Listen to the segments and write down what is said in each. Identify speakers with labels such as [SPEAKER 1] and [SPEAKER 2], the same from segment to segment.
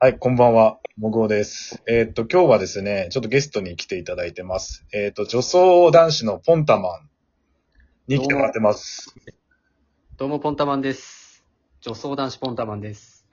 [SPEAKER 1] はい、こんばんは。もぐおです。えーっと、今日はですね、ちょっとゲストに来ていただいてます。えーっと、女装男子のポンタマンに来てもらってます。
[SPEAKER 2] どうも、ポンタマンです。女装男子ポンタマンです。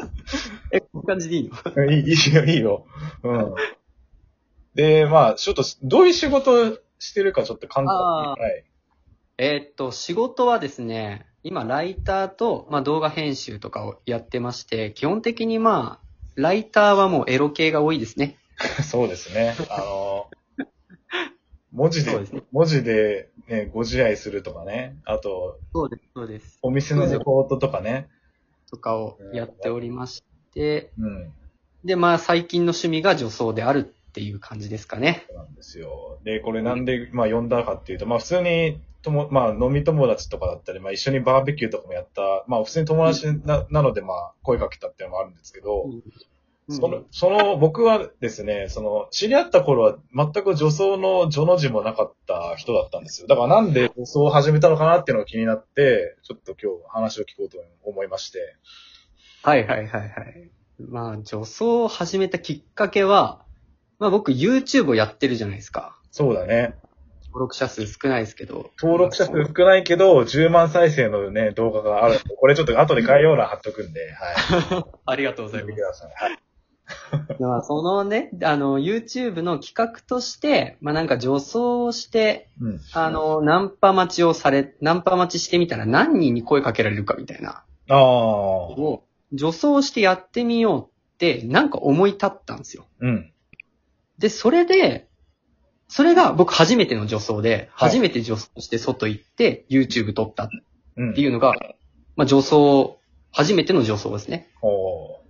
[SPEAKER 2] え、こんな感じでいいの
[SPEAKER 1] い いいいよ、いいよ。うん。で、まあ、ちょっと、どういう仕事してるかちょっと簡単に。
[SPEAKER 2] あー
[SPEAKER 1] はい。
[SPEAKER 2] えーっと、仕事はですね、今、ライターと、まあ、動画編集とかをやってまして、基本的にまあ、ライターはもうエロ系が多いですね。
[SPEAKER 1] そうですね。あの、文字で、
[SPEAKER 2] そうですね
[SPEAKER 1] 文字でね、ご自愛するとかね。あと、
[SPEAKER 2] そうです、そうです。
[SPEAKER 1] お店のレポートとかね。
[SPEAKER 2] とかをやっておりまして、
[SPEAKER 1] うん。
[SPEAKER 2] で、まあ、最近の趣味が女装であるっていう感じですかね。
[SPEAKER 1] なんですよ。で、これなんで、まあ、呼んだかっていうと、まあ、普通に、とも、まあ、飲み友達とかだったり、まあ、一緒にバーベキューとかもやった、まあ、普通に友達な,、なので、まあ、声かけたっていうのもあるんですけど、
[SPEAKER 2] うん
[SPEAKER 1] その、その、僕はですね、その、知り合った頃は全く女装の女の字もなかった人だったんですよ。だからなんで女装を始めたのかなっていうのが気になって、ちょっと今日話を聞こうと思いまして。
[SPEAKER 2] はいはいはいはい。まあ、女装を始めたきっかけは、まあ僕 YouTube をやってるじゃないですか。
[SPEAKER 1] そうだね。
[SPEAKER 2] 登録者数少ないですけど。
[SPEAKER 1] 登録者数少ないけど、10万再生のね、動画があるんで、これちょっと後で概要欄貼っとくんで、はい。
[SPEAKER 2] ありがとうござい
[SPEAKER 1] 見
[SPEAKER 2] ま
[SPEAKER 1] て
[SPEAKER 2] す
[SPEAKER 1] く。ださい。はい。
[SPEAKER 2] まあそのね、あの、YouTube の企画として、まあなんか女装をして、
[SPEAKER 1] うん。
[SPEAKER 2] あの、ナンパ待ちをされ、ナンパ待ちしてみたら何人に声かけられるかみたいな。
[SPEAKER 1] ああ。
[SPEAKER 2] を、女装してやってみようって、なんか思い立ったんですよ。
[SPEAKER 1] うん。
[SPEAKER 2] で、それで、それが僕初めての女装で、
[SPEAKER 1] はい
[SPEAKER 2] 初めて女装して外行って、YouTube 撮ったっ
[SPEAKER 1] うん。
[SPEAKER 2] ていうのが、まあ女装、初めての女装ですね。
[SPEAKER 1] ほ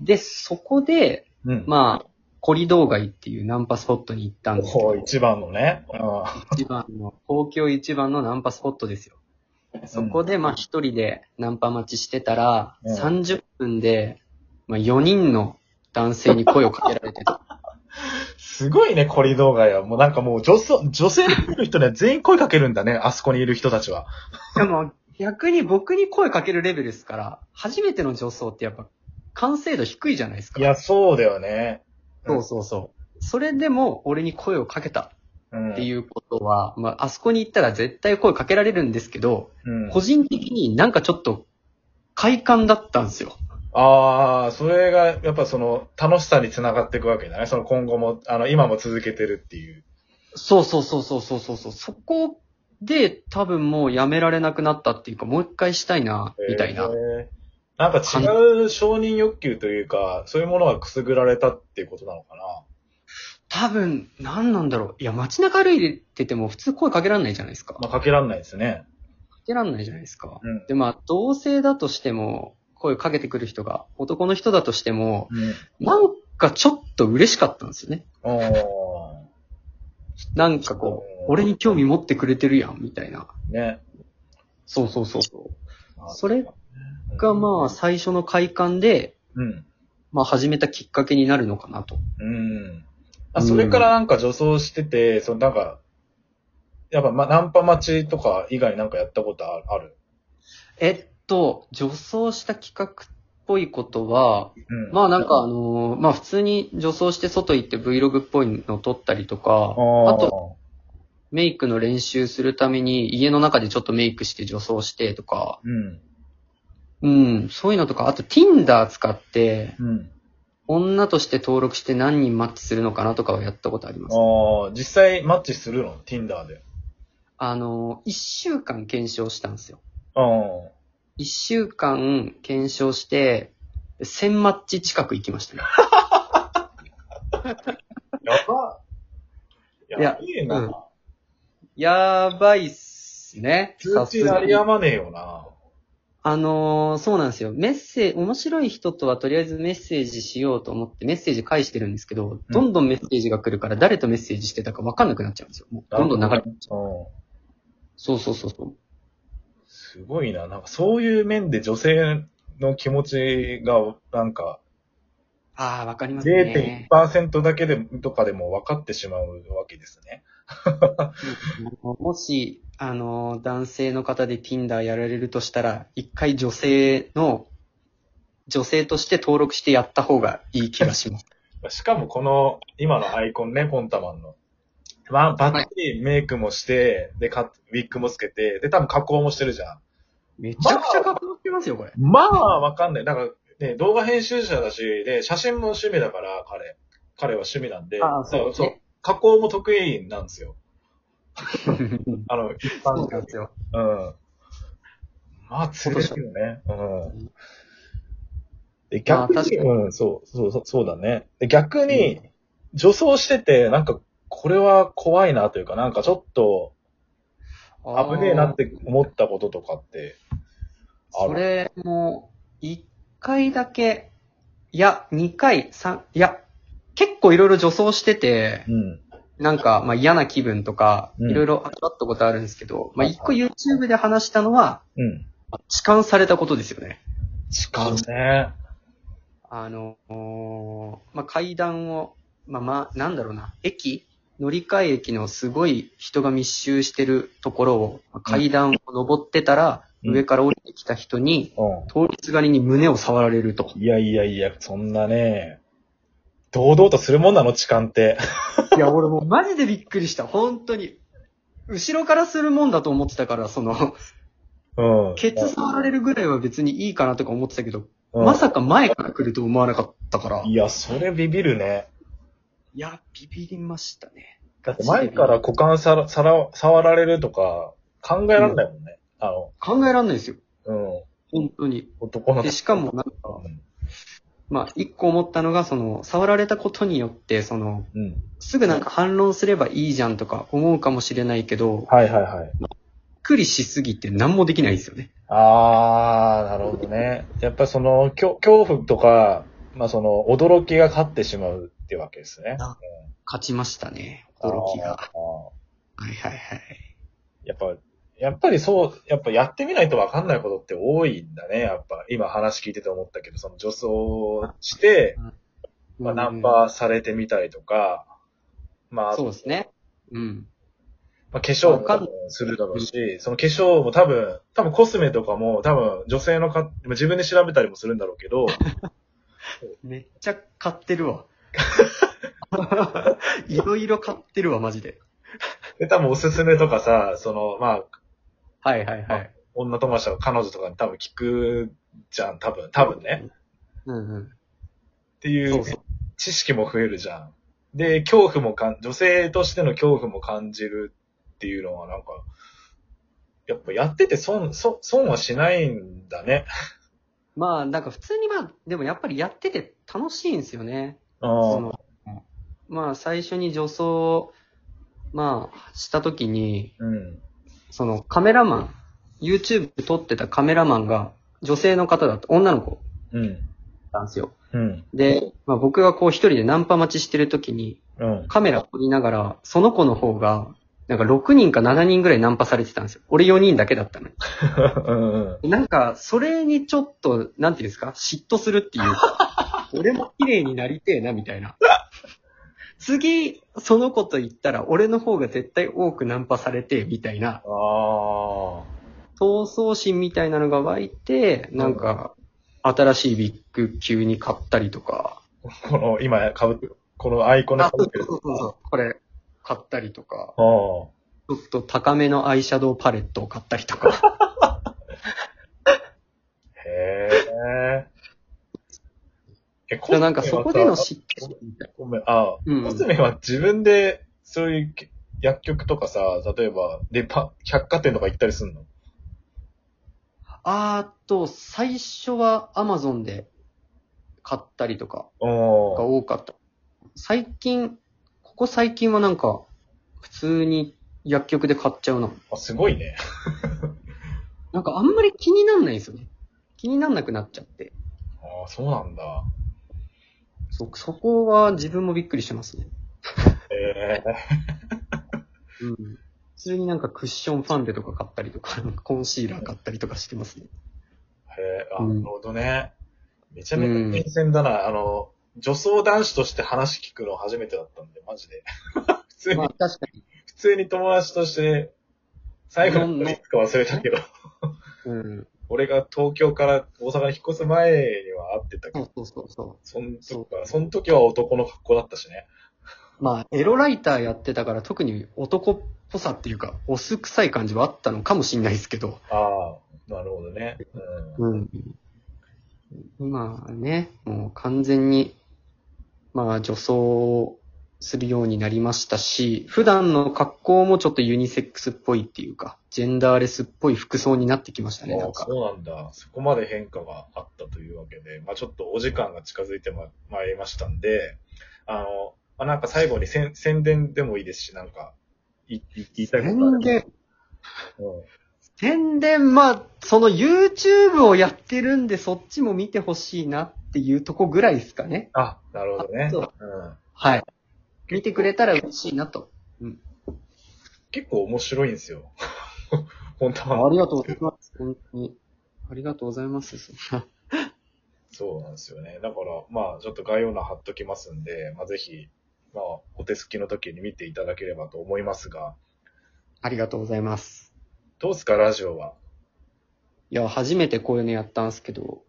[SPEAKER 2] で、そこで、
[SPEAKER 1] う。うん。
[SPEAKER 2] まあ、コリドー街っていうナンパスポットに行ったんですけ
[SPEAKER 1] ほ
[SPEAKER 2] ど
[SPEAKER 1] う、、一番のね。あ
[SPEAKER 2] 一番の、東京一番のナンパスポットですよ。そこで、まあ一人でナンパ待ちしてたら、
[SPEAKER 1] うん
[SPEAKER 2] 30分で、まあ4人の男性に声をかけられてた。
[SPEAKER 1] すごいね、コリ動画や。もうなんかもう女装、女性の人ね、全員声かけるんだね、あそこにいる人たちは。
[SPEAKER 2] でも、逆に僕に声かけるレベルですから、初めての女装ってやっぱ、完成度低いじゃないですか。
[SPEAKER 1] いや、そうだよね。
[SPEAKER 2] そうそうそう。それでも、俺に声をかけた
[SPEAKER 1] うん。
[SPEAKER 2] って
[SPEAKER 1] う。
[SPEAKER 2] いうことは、まあ、あそこに行ったら絶対声かけられるんですけど、
[SPEAKER 1] うん。
[SPEAKER 2] 個人的になんかちょっと、快感だったんですよ。
[SPEAKER 1] ああ、それが、やっぱその、楽しさにつながっていくわけだね。その今後も、あの、今も続けてるっていう。
[SPEAKER 2] そうそうそうそうそうそうそう。そこで、多分もうやめられなくなったっていうか、もう一回したいな、みたいな。
[SPEAKER 1] えーなんか違う承認欲求というか、そういうものがくすぐられたっていうことなのかな。
[SPEAKER 2] 多分、何なんだろう。いや、街中歩いてても普通声かけらんないじゃないですか。
[SPEAKER 1] まあ、かけらんないですね。
[SPEAKER 2] かけらんないじゃないですか。
[SPEAKER 1] うん。
[SPEAKER 2] で、まあ、同性だとしても、声かけてくる人が、男の人だとしても、
[SPEAKER 1] うん。
[SPEAKER 2] なんかちょっと嬉しかったんですよね。
[SPEAKER 1] おー
[SPEAKER 2] なんかこう、俺に興味持ってくれてるやん、みたいな。
[SPEAKER 1] ね。
[SPEAKER 2] そうそうそうそう。それがまあ、最初の快感で、
[SPEAKER 1] うん。
[SPEAKER 2] まあ、始めたきっかけになるのかなと。
[SPEAKER 1] うん。あ、それからなんか女装してて、そのなんか、やっぱ、ま、ナンパ待ちとか以外なんかやったことあある
[SPEAKER 2] えっと、女装した企画っぽいことは、
[SPEAKER 1] うん。
[SPEAKER 2] まあなんかあのーまあ普通に女装して外行って Vlog っぽいの撮ったりとか、あ
[SPEAKER 1] あ
[SPEAKER 2] と
[SPEAKER 1] と、
[SPEAKER 2] メイクの練習するために家の中でちょっとメイクして女装してとか、
[SPEAKER 1] うん。
[SPEAKER 2] うん、そういうのとか、あと Tinder 使って、
[SPEAKER 1] うん。
[SPEAKER 2] 女として登録して何人マッチするのかなとかはやったことあります。
[SPEAKER 1] ああ、実際マッチするの ?Tinder で。
[SPEAKER 2] あのー、一週間検証したんですよ。
[SPEAKER 1] ああ。
[SPEAKER 2] 一週間検証して、1000マッチ近く行きましたね。
[SPEAKER 1] やば。
[SPEAKER 2] い
[SPEAKER 1] や
[SPEAKER 2] や
[SPEAKER 1] ばいな。
[SPEAKER 2] うんやばいっすね。
[SPEAKER 1] 通知鳴り
[SPEAKER 2] さすが
[SPEAKER 1] や
[SPEAKER 2] に
[SPEAKER 1] まねえよな。
[SPEAKER 2] あのーそうなんですよ。メッセージ、面白い人とはとりあえずメッセージしようと思ってメッセージ返してるんですけど、どんどんメッセージが来るから誰とメッセージしてたかわかんなくなっちゃうんですよ。もうどんどん流れ。
[SPEAKER 1] うん。
[SPEAKER 2] そうそうそうそう。
[SPEAKER 1] すごいな。なんかそういう面で女性の気持ちが、なんか、
[SPEAKER 2] ああ、わかりますね。
[SPEAKER 1] 0.1%だけで、とかでも分かってしまうわけですね。
[SPEAKER 2] もし、あのー男性の方で Tinder やられるとしたら、一回女性の女性として登録してやった方がいい気が します。
[SPEAKER 1] しかもこの、今のアイコンね、ポンタマンの。まあ、バッチリメイクもして、で、かウィッグもつけて、で、多分加工もしてるじゃん。
[SPEAKER 2] めちゃくちゃかっこよくますよ、これ。
[SPEAKER 1] まあ、わかんない。だから、ね、動画編集者だし、で、写真も趣味だから、彼。彼は趣味なんで。
[SPEAKER 2] ああそう
[SPEAKER 1] だから 加工も得意なんですよ。あの、一般
[SPEAKER 2] そう
[SPEAKER 1] 的
[SPEAKER 2] なん
[SPEAKER 1] に
[SPEAKER 2] ですよ。
[SPEAKER 1] うん。まあ、釣れるよね。うん。で逆
[SPEAKER 2] まあ確
[SPEAKER 1] に、
[SPEAKER 2] かに
[SPEAKER 1] うん、そう、そう、そうそうだね。で逆に、女装してて、なんか、これは怖いなというか、なんかちょっと危ねえなって思ったこととかって、あ
[SPEAKER 2] そ
[SPEAKER 1] る。
[SPEAKER 2] れも、一回だけ、いや、二回、三、いや、結構いろいろ女装してて、
[SPEAKER 1] うん。
[SPEAKER 2] なんか、まあ嫌な気分とか、
[SPEAKER 1] うん
[SPEAKER 2] いろいろ味わったことあるんですけど、まあ
[SPEAKER 1] はいはい
[SPEAKER 2] 一個 YouTube で話したのは、
[SPEAKER 1] うん。
[SPEAKER 2] 痴漢されたことですよね。
[SPEAKER 1] 痴漢ね。
[SPEAKER 2] あの、まあ階段を、まあまあ、なんだろうな、駅乗り換え駅のすごい人が密集してるところを、まあ階段を登ってたら、
[SPEAKER 1] うん
[SPEAKER 2] 上から降りてきた人に、
[SPEAKER 1] う
[SPEAKER 2] 通りすがりに胸を触られると。
[SPEAKER 1] ん。いやいやいや、そんなね、堂々とするもんなの、痴漢って。
[SPEAKER 2] いや、俺もうマジでびっくりした。本当に。後ろからするもんだと思ってたから、その、
[SPEAKER 1] うん。
[SPEAKER 2] ケツ触られるぐらいは別にいいかなとか思ってたけど、
[SPEAKER 1] うん
[SPEAKER 2] まさか前から来ると思わなかったから。
[SPEAKER 1] い
[SPEAKER 2] い
[SPEAKER 1] や、それビビるね。
[SPEAKER 2] や、ビビりましたね。
[SPEAKER 1] だって 前から股間さら、さら、触られるとか、考えられないもんね。あの、
[SPEAKER 2] 考えらんないですよ。
[SPEAKER 1] うん。
[SPEAKER 2] 本当に。
[SPEAKER 1] 男の
[SPEAKER 2] で、しかもなんか、
[SPEAKER 1] うん
[SPEAKER 2] まあ、一個思ったのが、その、触られたことによって、その、
[SPEAKER 1] うん。
[SPEAKER 2] すぐなんか反論すればいいじゃんとか思うかもしれないけど、びっ
[SPEAKER 1] はいはいはい。
[SPEAKER 2] くりしすぎて何もできないですよね。
[SPEAKER 1] あー、なるほどね。やっぱりその、恐恐怖とか、まあその、驚きが勝ってしまうってわけですね。
[SPEAKER 2] あ勝ちましたね。驚きが。
[SPEAKER 1] あ
[SPEAKER 2] は
[SPEAKER 1] ー。あ
[SPEAKER 2] いはいはい。
[SPEAKER 1] ーやっぱ、やっぱりそう、やっぱやってみないとわかんないことって多いんだね。やっぱ、今話聞いてて思ったけど、その女装して、まあナン
[SPEAKER 2] ー。
[SPEAKER 1] パされてみたりとか、まあ、
[SPEAKER 2] そうですね。うん。
[SPEAKER 1] まあ、化粧もするだろうし、その化粧も多分、多分コスメとかも多分女性のか、自分で調べたりもするんだろう けど、
[SPEAKER 2] めっちゃ買ってるわ。いろいろ買ってるわ、マジで。
[SPEAKER 1] で、多分おすすめとかさ、その、まあ、
[SPEAKER 2] はいはいはい。
[SPEAKER 1] 女友達とか彼女とかに多分聞くじゃん、多分、多分ね。
[SPEAKER 2] うんうん。
[SPEAKER 1] ってい
[SPEAKER 2] そううそう。
[SPEAKER 1] 知識も増えるじゃん。で、恐怖もかん、女性としての恐怖も感じるっていうのはなんか、やっぱやってて損、損、損はしないんだね。
[SPEAKER 2] まあ、なんか普通にまあ、でもやっぱりやってて楽しいんですよね。
[SPEAKER 1] う
[SPEAKER 2] そ
[SPEAKER 1] ん。
[SPEAKER 2] のまあ、最初に女装、まあ、した時に、
[SPEAKER 1] うん。
[SPEAKER 2] そのカメラマン、YouTube 撮ってたカメラマンが女性の方だった、女の子
[SPEAKER 1] うん。
[SPEAKER 2] なんですよ。
[SPEAKER 1] うん。
[SPEAKER 2] で、まあ僕がこう一人でナンパ待ちしてる時に、
[SPEAKER 1] うん。
[SPEAKER 2] カメラ撮りながら、その子の方が、なんか6人か7人ぐらいナンパされてたんですよ。俺4人だけだったのに。
[SPEAKER 1] うん。
[SPEAKER 2] なんか、それにちょっと、なんていうんですか嫉妬するっていうか。俺も綺麗になりてえな、みたいな。次、その子と言ったら、俺の方が絶対多くナンパされて、みたいな、
[SPEAKER 1] ああ。
[SPEAKER 2] 闘争心みたいなのが湧いて、なんか、新しいビッグ急に買ったりとか。
[SPEAKER 1] この、今被って、このアイコンで被
[SPEAKER 2] あ、そう
[SPEAKER 1] って
[SPEAKER 2] そう
[SPEAKER 1] る。
[SPEAKER 2] そうそう。これ、買ったりとか。ち
[SPEAKER 1] あ
[SPEAKER 2] ょっと高めのアイシャドウパレットを買ったりと か。
[SPEAKER 1] あ。へえ。え、コ
[SPEAKER 2] なんかそこでの
[SPEAKER 1] ス
[SPEAKER 2] 失敗みたい
[SPEAKER 1] メはさごめん、ああ、
[SPEAKER 2] うん
[SPEAKER 1] コスメは自分で、そういうけ薬局とかさ、例えば、デパ、百貨店とか行ったりすんの
[SPEAKER 2] な。あーっと、最初はアマゾンで買ったりとかが
[SPEAKER 1] おー
[SPEAKER 2] 多かった。最近、ここ最近はなんか、普通に薬局で買っちゃうな。
[SPEAKER 1] あ、すごいね。
[SPEAKER 2] なんかあんまり気になんないんですよね。気になんなくなっちゃって。
[SPEAKER 1] ああ、そうなんだ。
[SPEAKER 2] そ、そこは自分もびっくりしてますね。
[SPEAKER 1] へえ。
[SPEAKER 2] うん。普通になんかクッションファンデとか買ったりとか、 なんかコンシーラー買ったりとかしてますね。
[SPEAKER 1] へえ、あ、
[SPEAKER 2] うん
[SPEAKER 1] なるほどね。めちゃめちゃ新鮮だな。あの、女装男子として話聞くの初めてだったんで、マジで。 普通 に
[SPEAKER 2] まあ確かに。
[SPEAKER 1] 普通に友達として、最後のいつか忘れたけど。
[SPEAKER 2] うん。
[SPEAKER 1] 俺が東京から大阪に引っ越す前には会ってたけ
[SPEAKER 2] そ
[SPEAKER 1] ど、
[SPEAKER 2] うそうそうそ
[SPEAKER 1] そん時から、そん時は男の格好だったしね。
[SPEAKER 2] う。まあ、エロライターやってたから特に男っぽさっていうか、オス臭い感じはあったのかもしんないですけど。
[SPEAKER 1] ああ、なるほどね。うん。
[SPEAKER 2] うん。まあね、もう完全に、まあ女装するようになりましたし、普段の格好もちょっとユニセックスっぽいっていうか、ジェンダーレスっぽい服装になってきましたね、な
[SPEAKER 1] あ
[SPEAKER 2] ん
[SPEAKER 1] あ
[SPEAKER 2] か。
[SPEAKER 1] そうなんだ。そこまで変化があったというわけで、まあちょっとお時間が近づいてままいりましたんで、あの、まあ、なんか最後にせん宣伝でもいいですし、なんか、いい言いたいことあれば
[SPEAKER 2] 宣伝、
[SPEAKER 1] うん
[SPEAKER 2] 宣伝、まあ、その YouTube をやってるんで、そっちも見てほしいなっていうとこぐらいですかね。
[SPEAKER 1] あ、なるほど
[SPEAKER 2] あ
[SPEAKER 1] ね。う。
[SPEAKER 2] そうんはい。見てくれたら嬉しいなと。
[SPEAKER 1] 結構面白いんですよ。 本当
[SPEAKER 2] あ
[SPEAKER 1] は。
[SPEAKER 2] りがとうございます。本当に。ありがとうございます。
[SPEAKER 1] そうなんですよね。だから、まあ、ちょっと概要欄貼っときますんで、まあ、ぜひ、まあ、お手すきの時に見ていただければと思いますが、
[SPEAKER 2] ありがとうございます。
[SPEAKER 1] どうすか、ラジオは。
[SPEAKER 2] いや、初めてこういうのやったんすけど、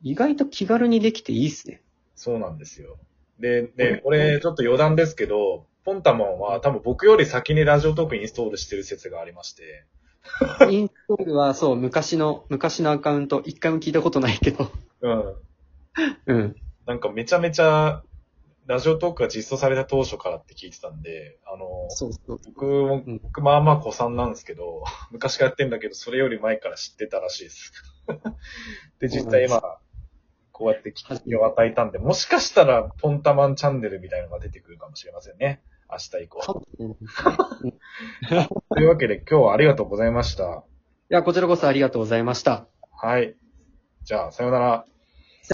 [SPEAKER 2] 意外と気軽にできていいっす ね。
[SPEAKER 1] そうなんですよ。で、で、これ、ちょっと余談ですけど、ポンタモンは多分僕より先にラジオトークインストールしてる説がありまして、
[SPEAKER 2] インストールはそう、昔の、昔のアカウント、一回も聞いたことないけど、
[SPEAKER 1] うん。
[SPEAKER 2] うん。
[SPEAKER 1] なんかめちゃめちゃ、ラジオトークが実装された当初からって聞いてたんで、あの、
[SPEAKER 2] そうそう。
[SPEAKER 1] 僕も
[SPEAKER 2] うん、
[SPEAKER 1] 僕まあまあ子さんなんですけど、 昔からやってんだけど、それより前から知ってたらしいです。 で、実際今、こうやってきっかけを与えたんで、もしかしたら、ポンタマンチャンネルみたいなのが出てくるかもしれませんね。明日以
[SPEAKER 2] か
[SPEAKER 1] 降。
[SPEAKER 2] もしれないですねい
[SPEAKER 1] というわけで、今日はありがとうございました。
[SPEAKER 2] や、こちらこそありがとうございました。
[SPEAKER 1] はい。じゃあ、さようなら。